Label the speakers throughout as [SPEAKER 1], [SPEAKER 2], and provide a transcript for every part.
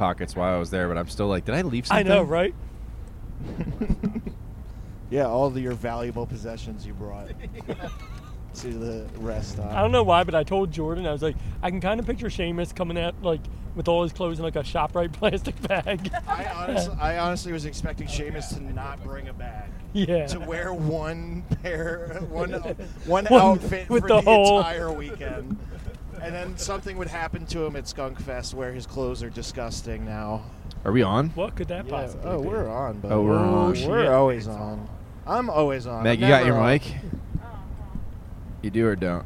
[SPEAKER 1] pockets while I was there, but I'm still like, did I leave
[SPEAKER 2] I
[SPEAKER 1] something?
[SPEAKER 2] know, right?
[SPEAKER 3] Yeah, all of your valuable possessions you brought to the rest stop.
[SPEAKER 2] I don't know why, but I told Jordan, I was like, I can kind of picture Seamus coming out like with all his clothes in like a ShopRite plastic bag.
[SPEAKER 4] I honestly, I honestly was expecting Seamus to not bring a bag.
[SPEAKER 2] yeah.
[SPEAKER 4] To wear one pair, one, one
[SPEAKER 2] One-
[SPEAKER 4] outfit
[SPEAKER 2] with
[SPEAKER 4] for
[SPEAKER 2] the
[SPEAKER 4] the,
[SPEAKER 2] whole-
[SPEAKER 4] entire weekend. And then something would happen to him at Skunk Fest where his clothes are disgusting now.
[SPEAKER 1] Are we on?
[SPEAKER 2] What could that
[SPEAKER 3] Yeah.
[SPEAKER 2] possibly
[SPEAKER 3] Oh,
[SPEAKER 2] be?
[SPEAKER 3] we're on, but
[SPEAKER 1] Oh, we're on.
[SPEAKER 2] Shit.
[SPEAKER 3] We're always on.
[SPEAKER 4] I'm always on.
[SPEAKER 1] Meg,
[SPEAKER 4] I'm
[SPEAKER 1] you got
[SPEAKER 4] never
[SPEAKER 1] your
[SPEAKER 4] on.
[SPEAKER 1] mic? You do or don't?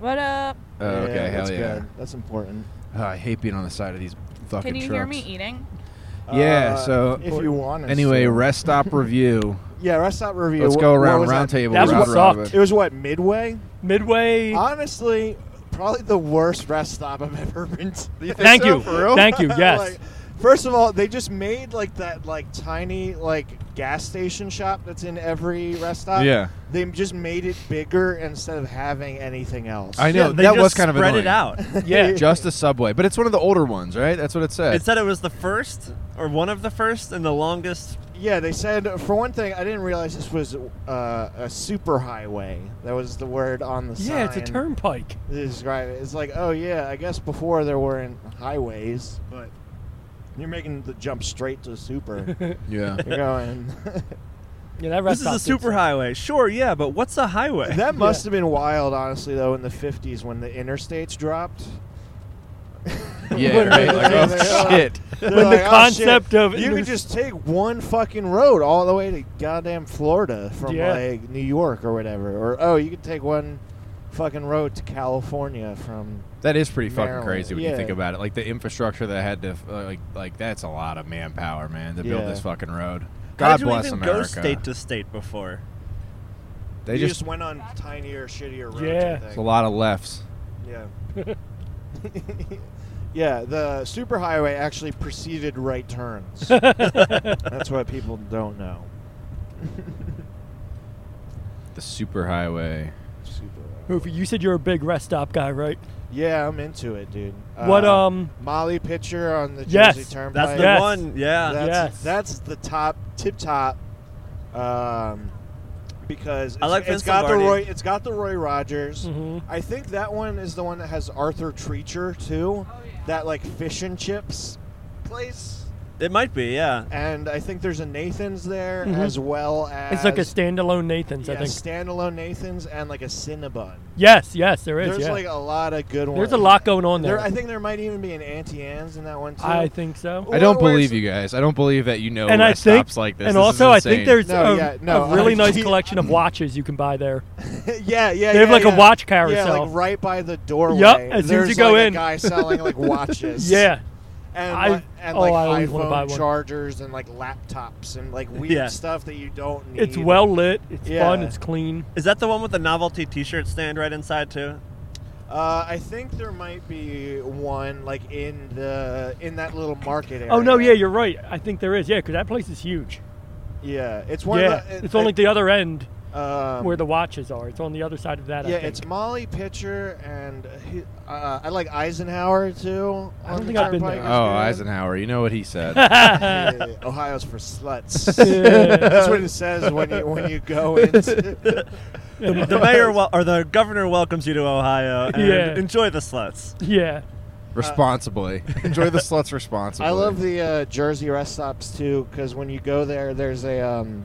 [SPEAKER 5] What up?
[SPEAKER 1] Oh, okay,
[SPEAKER 3] yeah,
[SPEAKER 1] hell
[SPEAKER 3] that's
[SPEAKER 1] yeah.
[SPEAKER 3] Good. That's important.
[SPEAKER 1] Oh, I hate being on the side of these fucking
[SPEAKER 5] Can you
[SPEAKER 1] trucks.
[SPEAKER 5] hear me eating?
[SPEAKER 1] Yeah,
[SPEAKER 3] Uh,
[SPEAKER 1] so
[SPEAKER 3] if you want. us
[SPEAKER 1] anyway,
[SPEAKER 3] to.
[SPEAKER 1] rest stop review.
[SPEAKER 3] yeah, rest stop review.
[SPEAKER 1] Let's
[SPEAKER 3] Wh-
[SPEAKER 1] go
[SPEAKER 3] what
[SPEAKER 1] around
[SPEAKER 3] was
[SPEAKER 1] round
[SPEAKER 3] that?
[SPEAKER 1] table.
[SPEAKER 2] That
[SPEAKER 1] round
[SPEAKER 2] one sucked.
[SPEAKER 1] robin.
[SPEAKER 3] It was what midway.
[SPEAKER 2] Midway.
[SPEAKER 3] Honestly, probably the worst rest stop I've ever been to.
[SPEAKER 4] You think
[SPEAKER 2] Thank
[SPEAKER 4] so,
[SPEAKER 2] you.
[SPEAKER 4] for real?
[SPEAKER 2] Thank you. Yes.
[SPEAKER 3] Like, first of all, they just made like that like tiny like gas station shop that's in every rest stop.
[SPEAKER 1] Yeah.
[SPEAKER 3] They just made it bigger instead of having anything else.
[SPEAKER 1] I know
[SPEAKER 6] Yeah, they
[SPEAKER 1] that
[SPEAKER 6] just
[SPEAKER 1] was kind of
[SPEAKER 6] spread
[SPEAKER 1] annoying.
[SPEAKER 6] it out.
[SPEAKER 2] yeah.
[SPEAKER 1] Just a subway, but it's one of the older ones, right? That's what it said.
[SPEAKER 6] It said it was the first or one of the first and the longest.
[SPEAKER 3] Yeah, they said for one thing, I didn't realize this was uh, a super highway. That was the word on the sign.
[SPEAKER 2] Yeah, it's a turnpike.
[SPEAKER 3] to describe it. It's like, oh yeah, I guess before there weren't highways, but you're making the jump straight to super.
[SPEAKER 1] yeah.
[SPEAKER 3] you're going.
[SPEAKER 2] Yeah, that
[SPEAKER 6] This
[SPEAKER 2] rest
[SPEAKER 6] is a
[SPEAKER 2] stop did
[SPEAKER 6] super highway. Sure, yeah, but what's a highway?
[SPEAKER 3] that must have been wild, honestly, though, in the '50s when the interstates dropped.
[SPEAKER 1] Yeah, right? Like, oh, shit.
[SPEAKER 3] They're
[SPEAKER 2] When the
[SPEAKER 3] "Oh, shit,
[SPEAKER 2] concept of
[SPEAKER 3] you
[SPEAKER 2] inter-
[SPEAKER 3] could just take one fucking road all the way to goddamn Florida from
[SPEAKER 2] Yeah.
[SPEAKER 3] like New York or whatever, or oh, you could take one fucking road to California from.
[SPEAKER 1] That is pretty fucking
[SPEAKER 3] Maryland,
[SPEAKER 1] crazy when you
[SPEAKER 3] yeah.
[SPEAKER 1] think about it. Like the infrastructure that had to, uh, like, like that's a lot of manpower, man, to build
[SPEAKER 3] Yeah.
[SPEAKER 1] this fucking road.
[SPEAKER 6] How
[SPEAKER 1] God
[SPEAKER 6] did you
[SPEAKER 1] bless
[SPEAKER 6] even
[SPEAKER 1] America.
[SPEAKER 6] go state to state before?
[SPEAKER 1] they
[SPEAKER 3] you
[SPEAKER 1] just,
[SPEAKER 3] just went on tinier, shittier roads.
[SPEAKER 2] Yeah.
[SPEAKER 3] I think.
[SPEAKER 1] it's a lot of lefts.
[SPEAKER 3] Yeah. yeah, the superhighway actually preceded right turns. That's what people don't know.
[SPEAKER 1] The superhighway.
[SPEAKER 3] Super.
[SPEAKER 2] Hoofy, you said you're a big rest stop guy, right?
[SPEAKER 3] Yeah, I'm into it, dude. Uh,
[SPEAKER 2] What, um-
[SPEAKER 3] Molly pitcher on the
[SPEAKER 2] Yes,
[SPEAKER 3] Jersey Turnpike.
[SPEAKER 6] That's the
[SPEAKER 2] Yes.
[SPEAKER 6] one. Yeah.
[SPEAKER 3] That's,
[SPEAKER 2] Yes.
[SPEAKER 3] that's the top tip top. Um, because it's,
[SPEAKER 6] I like
[SPEAKER 3] it's
[SPEAKER 6] Vince
[SPEAKER 3] got the
[SPEAKER 6] Lombardi.
[SPEAKER 3] Roy it's got the Roy Rogers.
[SPEAKER 2] Mhm.
[SPEAKER 3] I think that one is the one that has Arthur Treacher
[SPEAKER 2] Oh,
[SPEAKER 3] too. That like fish and chips place.
[SPEAKER 6] It might be. Yeah.
[SPEAKER 3] and I think there's a Nathan's there
[SPEAKER 2] Mhm.
[SPEAKER 3] as well as
[SPEAKER 2] It's like a standalone Nathan's,
[SPEAKER 3] yeah,
[SPEAKER 2] I think.
[SPEAKER 3] standalone Nathan's and like a Cinnabon.
[SPEAKER 2] Yes, yes, there is.
[SPEAKER 3] There's
[SPEAKER 2] yeah.
[SPEAKER 3] like a lot of good ones.
[SPEAKER 2] There's a lot going on there.
[SPEAKER 3] There, I think there might even be an Auntie Anne's in that one too.
[SPEAKER 2] I think so.
[SPEAKER 1] I
[SPEAKER 3] Or-
[SPEAKER 1] don't
[SPEAKER 3] or
[SPEAKER 1] believe
[SPEAKER 3] it's-
[SPEAKER 1] you guys. I don't believe that you know
[SPEAKER 2] and I
[SPEAKER 1] rest
[SPEAKER 2] think,
[SPEAKER 1] stops like this.
[SPEAKER 2] and
[SPEAKER 1] This is
[SPEAKER 2] also I
[SPEAKER 1] insane.
[SPEAKER 2] think there's
[SPEAKER 3] No,
[SPEAKER 2] a,
[SPEAKER 3] yeah, no,
[SPEAKER 2] a really
[SPEAKER 3] I-
[SPEAKER 2] nice collection of watches you can buy there.
[SPEAKER 3] yeah, yeah.
[SPEAKER 2] They have
[SPEAKER 3] yeah,
[SPEAKER 2] like a
[SPEAKER 3] yeah.
[SPEAKER 2] watch
[SPEAKER 3] Yeah,
[SPEAKER 2] carousel.
[SPEAKER 3] like right by the doorway.
[SPEAKER 2] as soon as
[SPEAKER 3] there's
[SPEAKER 2] you go
[SPEAKER 3] like
[SPEAKER 2] in.
[SPEAKER 3] a guy selling like watches.
[SPEAKER 2] Yeah,
[SPEAKER 3] and,
[SPEAKER 2] I-
[SPEAKER 3] like, and
[SPEAKER 2] oh,
[SPEAKER 3] like
[SPEAKER 2] I always wanna buy
[SPEAKER 3] iPhone
[SPEAKER 2] one.
[SPEAKER 3] chargers and like laptops and like weird
[SPEAKER 6] Yeah.
[SPEAKER 3] stuff that you don't need.
[SPEAKER 2] it's well lit. It's
[SPEAKER 3] Yeah.
[SPEAKER 2] fun. It's clean.
[SPEAKER 6] Is that the one with the novelty T-shirt stand right inside too?
[SPEAKER 3] Uh, I think there might be one like in the in that little market area.
[SPEAKER 2] Oh no, yeah, you're right. I think there is. Yeah, because that place is huge.
[SPEAKER 3] Yeah, it's one.
[SPEAKER 2] yeah,
[SPEAKER 3] of the, it-
[SPEAKER 2] it's only
[SPEAKER 3] it-
[SPEAKER 2] the other end
[SPEAKER 3] um,
[SPEAKER 2] where the watches are. It's on the other side of that. I
[SPEAKER 3] yeah,
[SPEAKER 2] think.
[SPEAKER 3] it's Molly Pitcher and he, uh, I like Eisenhower too.
[SPEAKER 2] I don't
[SPEAKER 3] on
[SPEAKER 2] think
[SPEAKER 3] the
[SPEAKER 2] I've been
[SPEAKER 3] Turnpike
[SPEAKER 2] there.
[SPEAKER 3] is
[SPEAKER 1] Oh,
[SPEAKER 3] good.
[SPEAKER 1] Eisenhower. You know what he said.
[SPEAKER 3] Yeah, Ohio's for sluts.
[SPEAKER 2] Yeah.
[SPEAKER 3] That's what it says when you when you go into.
[SPEAKER 6] The, the mayor wel- or the governor welcomes you to Ohio and
[SPEAKER 2] Yeah.
[SPEAKER 6] enjoy the sluts.
[SPEAKER 2] yeah.
[SPEAKER 1] responsibly. Enjoy the sluts responsibly.
[SPEAKER 3] I love the uh, Jersey rest stops too, because when you go there, there's a um,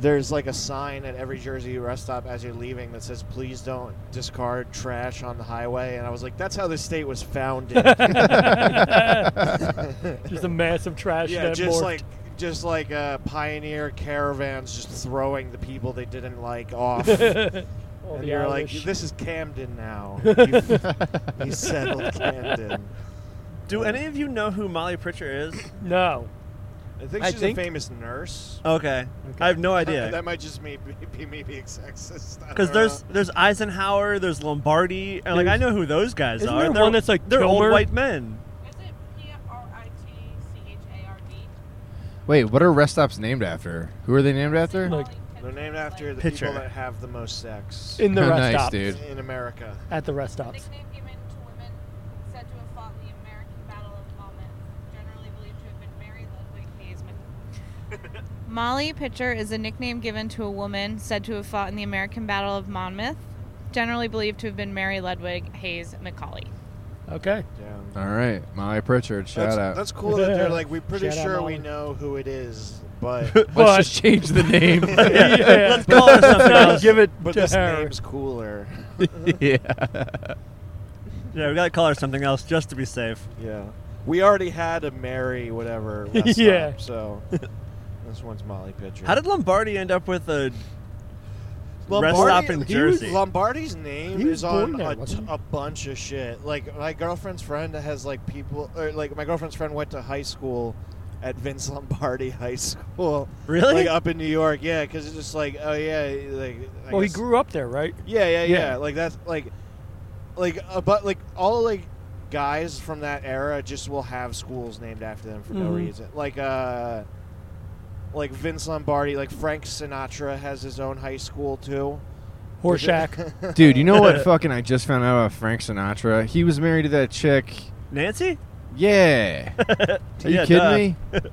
[SPEAKER 3] there's like a sign at every Jersey rest stop as you're leaving that says, "Please don't discard trash on the highway." And I was like, "That's how this state was founded."
[SPEAKER 2] just a massive trash.
[SPEAKER 3] yeah,
[SPEAKER 2] that
[SPEAKER 3] just
[SPEAKER 2] morphed.
[SPEAKER 3] like just like uh, pioneer caravans just throwing the people they didn't like off. and
[SPEAKER 2] All the
[SPEAKER 3] you're like,
[SPEAKER 2] Irish.
[SPEAKER 3] "This is Camden now." You've- you settled Camden.
[SPEAKER 6] Do any of you know who Molly Pritchard is?
[SPEAKER 2] no.
[SPEAKER 3] I think
[SPEAKER 6] I
[SPEAKER 3] she's
[SPEAKER 6] think-
[SPEAKER 3] a famous nurse.
[SPEAKER 6] Okay, I have no idea.
[SPEAKER 3] that might just me be, be me being sexist. I
[SPEAKER 6] Because
[SPEAKER 3] don't
[SPEAKER 6] there's
[SPEAKER 3] know.
[SPEAKER 6] there's Eisenhower, there's Lombardi, and like I know who those guys
[SPEAKER 2] Isn't
[SPEAKER 6] are.
[SPEAKER 2] there
[SPEAKER 6] they're
[SPEAKER 2] one that's, like,
[SPEAKER 6] they're
[SPEAKER 2] Kilmer?
[SPEAKER 6] old white men.
[SPEAKER 5] Is it P R I T C H A R D?
[SPEAKER 1] Wait, what are rest stops named after? Who are they named after?
[SPEAKER 2] Like
[SPEAKER 3] they're named after the
[SPEAKER 6] Pitcher.
[SPEAKER 3] people that have the most sex
[SPEAKER 2] in the rest
[SPEAKER 1] nice,
[SPEAKER 2] stops.
[SPEAKER 1] dude.
[SPEAKER 3] in America.
[SPEAKER 2] At the rest stops.
[SPEAKER 5] Nickname given to women said to have fought in the American Battle of Maumelle during Molly Pitcher is a nickname given to a woman said to have fought in the American Battle of Monmouth, generally believed to have been Mary Ludwig Hayes Macaulay.
[SPEAKER 2] Okay.
[SPEAKER 3] Damn.
[SPEAKER 1] All right, Molly Pritchard, shout
[SPEAKER 3] that's,
[SPEAKER 1] out.
[SPEAKER 3] that's cool that they're like, we're pretty
[SPEAKER 2] Shout out,
[SPEAKER 3] sure
[SPEAKER 2] Molly.
[SPEAKER 3] we know who it is, but
[SPEAKER 2] But-
[SPEAKER 1] Let's just change the name.
[SPEAKER 2] Yeah.
[SPEAKER 6] Let's call her something
[SPEAKER 2] Now
[SPEAKER 6] else.
[SPEAKER 2] Give it
[SPEAKER 3] but
[SPEAKER 2] to
[SPEAKER 3] this
[SPEAKER 2] her.
[SPEAKER 3] name's cooler.
[SPEAKER 1] yeah.
[SPEAKER 6] Yeah, we gotta call her something else just to be safe.
[SPEAKER 3] Yeah. We already had a Mary whatever last
[SPEAKER 2] Yeah.
[SPEAKER 3] time, so this one's Molly Pitcher.
[SPEAKER 6] How did Lombardi end up with a rest stop in
[SPEAKER 3] he was-
[SPEAKER 6] Jersey?
[SPEAKER 3] Lombardi's name
[SPEAKER 2] He was
[SPEAKER 3] is
[SPEAKER 2] born
[SPEAKER 3] on
[SPEAKER 2] there,
[SPEAKER 3] a,
[SPEAKER 2] wasn't he?
[SPEAKER 3] a bunch of shit. Like my girlfriend's friend has like people, or like my girlfriend's friend went to high school at Vince Lombardi High School.
[SPEAKER 6] Really?
[SPEAKER 3] Like up in New York, yeah. Because it's just like, oh yeah, like. I
[SPEAKER 2] Well, he
[SPEAKER 3] guess-
[SPEAKER 2] grew up there, right?
[SPEAKER 3] Yeah, yeah, yeah,
[SPEAKER 2] Yeah.
[SPEAKER 3] Like that's like, like a but like all like guys from that era just will have schools named after them for no
[SPEAKER 2] Mhm.
[SPEAKER 3] reason. Like uh, like Vince Lombardi, like Frank Sinatra has his own high school too.
[SPEAKER 2] Horshack.
[SPEAKER 1] Dude, you know what fucking I just found out about Frank Sinatra? He was married to that chick.
[SPEAKER 6] Nancy?
[SPEAKER 1] Yeah. Are you
[SPEAKER 6] Yeah,
[SPEAKER 1] kidding
[SPEAKER 6] duh.
[SPEAKER 1] me?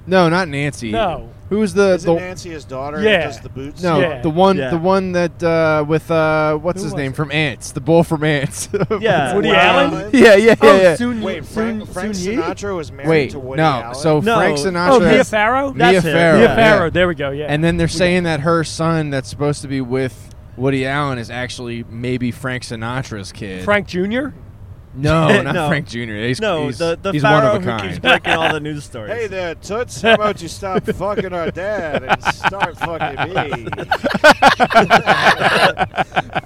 [SPEAKER 1] No, not Nancy.
[SPEAKER 2] No.
[SPEAKER 1] Who was the
[SPEAKER 3] Is
[SPEAKER 1] the
[SPEAKER 3] it Nancy his daughter?
[SPEAKER 2] Yeah.
[SPEAKER 3] Yeah. Does the boots?
[SPEAKER 1] No,
[SPEAKER 2] Yeah.
[SPEAKER 1] the one
[SPEAKER 6] Yeah.
[SPEAKER 1] the one that uh with uh what's
[SPEAKER 2] Who
[SPEAKER 1] his
[SPEAKER 2] was
[SPEAKER 1] name
[SPEAKER 2] it?
[SPEAKER 1] from Ants, the bull from Ants.
[SPEAKER 6] Yeah.
[SPEAKER 2] Woody
[SPEAKER 3] Wow.
[SPEAKER 2] Allen?
[SPEAKER 1] Yeah, yeah, yeah.
[SPEAKER 2] oh,
[SPEAKER 1] yeah.
[SPEAKER 2] Soon,
[SPEAKER 3] Wait,
[SPEAKER 2] soon,
[SPEAKER 3] Frank, Frank
[SPEAKER 2] soon Yi?
[SPEAKER 3] Sinatra was married
[SPEAKER 1] Wait,
[SPEAKER 3] to
[SPEAKER 1] no.
[SPEAKER 3] Woody Allen.
[SPEAKER 1] So
[SPEAKER 6] No.
[SPEAKER 1] Frank Sinatra
[SPEAKER 2] Oh, Mia Farrow?
[SPEAKER 1] Mia
[SPEAKER 6] That's it.
[SPEAKER 1] Farrow.
[SPEAKER 6] Farrow,
[SPEAKER 2] Mia
[SPEAKER 1] yeah.
[SPEAKER 2] Farrow. There we go. Yeah.
[SPEAKER 1] And then they're saying that her son that's supposed to be with Woody Allen is actually maybe Frank Sinatra's kid.
[SPEAKER 2] Frank Jr.
[SPEAKER 1] No, not
[SPEAKER 6] No.
[SPEAKER 1] Frank Jr. He's,
[SPEAKER 6] no,
[SPEAKER 1] he's,
[SPEAKER 6] the the
[SPEAKER 1] he's one
[SPEAKER 6] Pharaoh
[SPEAKER 1] of a
[SPEAKER 6] who keeps
[SPEAKER 1] kind.
[SPEAKER 6] breaking all the news stories.
[SPEAKER 3] Hey there, Toots. How about you stop fucking our dad and start fucking me?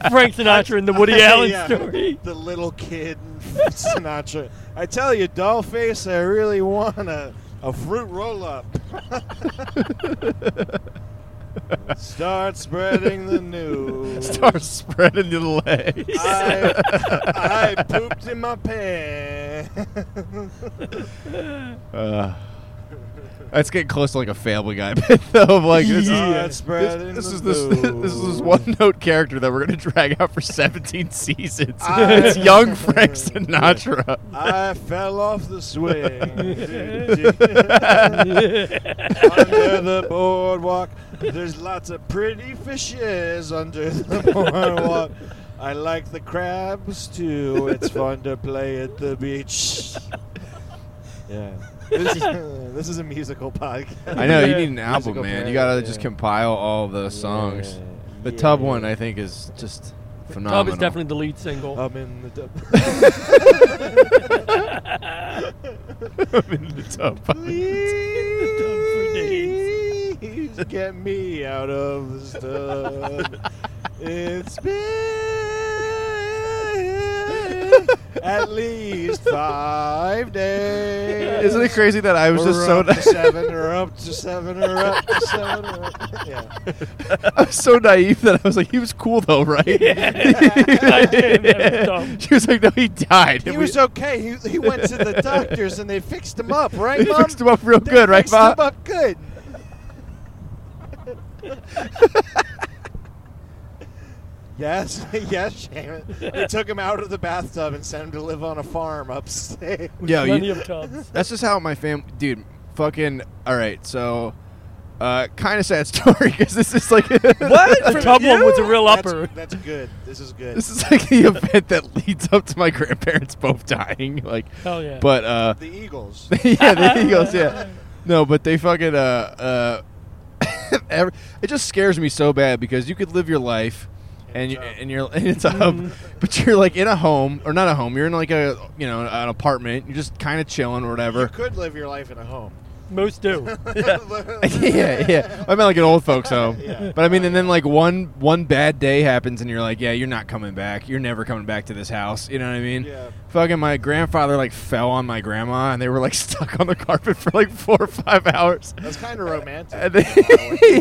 [SPEAKER 2] Frank Sinatra in the Woody Allen
[SPEAKER 3] Yeah,
[SPEAKER 2] story.
[SPEAKER 3] The little kid Sinatra. I tell you, Dollface, I really want a, a fruit roll up. Start spreading the news.
[SPEAKER 1] Start spreading the legs.
[SPEAKER 3] I, I pooped in my pants.
[SPEAKER 1] Uh, that's getting close to like a Family Guy bit, though. Of like, this
[SPEAKER 3] Yeah.
[SPEAKER 1] is
[SPEAKER 3] Spreading
[SPEAKER 1] this, this is
[SPEAKER 3] the
[SPEAKER 1] this, this is this one note character that we're gonna drag out for 17 seasons.
[SPEAKER 3] I-
[SPEAKER 1] it's young Frank Sinatra.
[SPEAKER 3] I fell off the swing under the boardwalk. There's lots of pretty fishes under the boardwalk. I like the crabs too. It's fun to play at the beach. Yeah. This is, this is a musical podcast.
[SPEAKER 1] I know you
[SPEAKER 2] Yeah.
[SPEAKER 1] need an album,
[SPEAKER 3] Musical
[SPEAKER 1] man. You
[SPEAKER 3] parody,
[SPEAKER 1] gotta
[SPEAKER 3] yeah.
[SPEAKER 1] just compile all the songs.
[SPEAKER 3] Yeah.
[SPEAKER 1] The Tub
[SPEAKER 3] Yeah.
[SPEAKER 1] one, I think, is just phenomenal. Oh.
[SPEAKER 2] Tub is definitely the lead single.
[SPEAKER 3] I'm in the tub.
[SPEAKER 1] I'm in the tub.
[SPEAKER 3] Please get me out of this tub. It's been at least five days.
[SPEAKER 1] Isn't it crazy that I was
[SPEAKER 3] Or
[SPEAKER 1] just so
[SPEAKER 3] up to seven, or up to seven, or up to seven. Or up. Yeah.
[SPEAKER 1] I was so naive that I was like, he was cool though, right?
[SPEAKER 2] that was dumb.
[SPEAKER 1] she was like, no, he died.
[SPEAKER 3] He
[SPEAKER 1] And
[SPEAKER 3] was
[SPEAKER 1] we,
[SPEAKER 3] okay. He, he went to the doctors and they fixed him up, right,
[SPEAKER 1] they
[SPEAKER 3] Mom?
[SPEAKER 1] fixed him up real
[SPEAKER 3] They
[SPEAKER 1] good, right,
[SPEAKER 3] fixed him
[SPEAKER 1] Bob?
[SPEAKER 3] up good. yes, yes, Shaman. They took him out of the bathtub and sent him to live on a farm upstate.
[SPEAKER 1] Yo,
[SPEAKER 2] Plenty
[SPEAKER 1] you,
[SPEAKER 2] of tubs.
[SPEAKER 1] that's just how my fam, dude. Fucking all right. So, uh, kind of sad story because this is like
[SPEAKER 6] what?
[SPEAKER 2] The tub one was a real upper.
[SPEAKER 3] That's, that's good. This is good.
[SPEAKER 1] This is like the event that leads up to my grandparents both dying. Like,
[SPEAKER 2] Hell yeah.
[SPEAKER 1] but uh,
[SPEAKER 3] the Eagles.
[SPEAKER 1] yeah, there he goes. Yeah, no, but they fucking uh uh, every, it just scares me so bad because you could live your life. And, you, and you're in a tub,
[SPEAKER 3] Mm-hmm.
[SPEAKER 1] but you're like in a home or not a home. You're in like a you know an apartment. You're just kind of chilling or
[SPEAKER 3] You
[SPEAKER 1] whatever.
[SPEAKER 3] could live your life in a home.
[SPEAKER 2] Most do.
[SPEAKER 1] yeah, yeah. I meant like an old folks home.
[SPEAKER 3] Yeah.
[SPEAKER 1] But I mean, and then like one one bad day happens, and you're like, yeah, you're not coming back. You're never coming back to this house. You know what I mean?
[SPEAKER 3] Yeah.
[SPEAKER 1] Fucking my grandfather like fell on my grandma, and they were like stuck on the carpet for like four or five hours.
[SPEAKER 3] That's kind of romantic.
[SPEAKER 1] And they,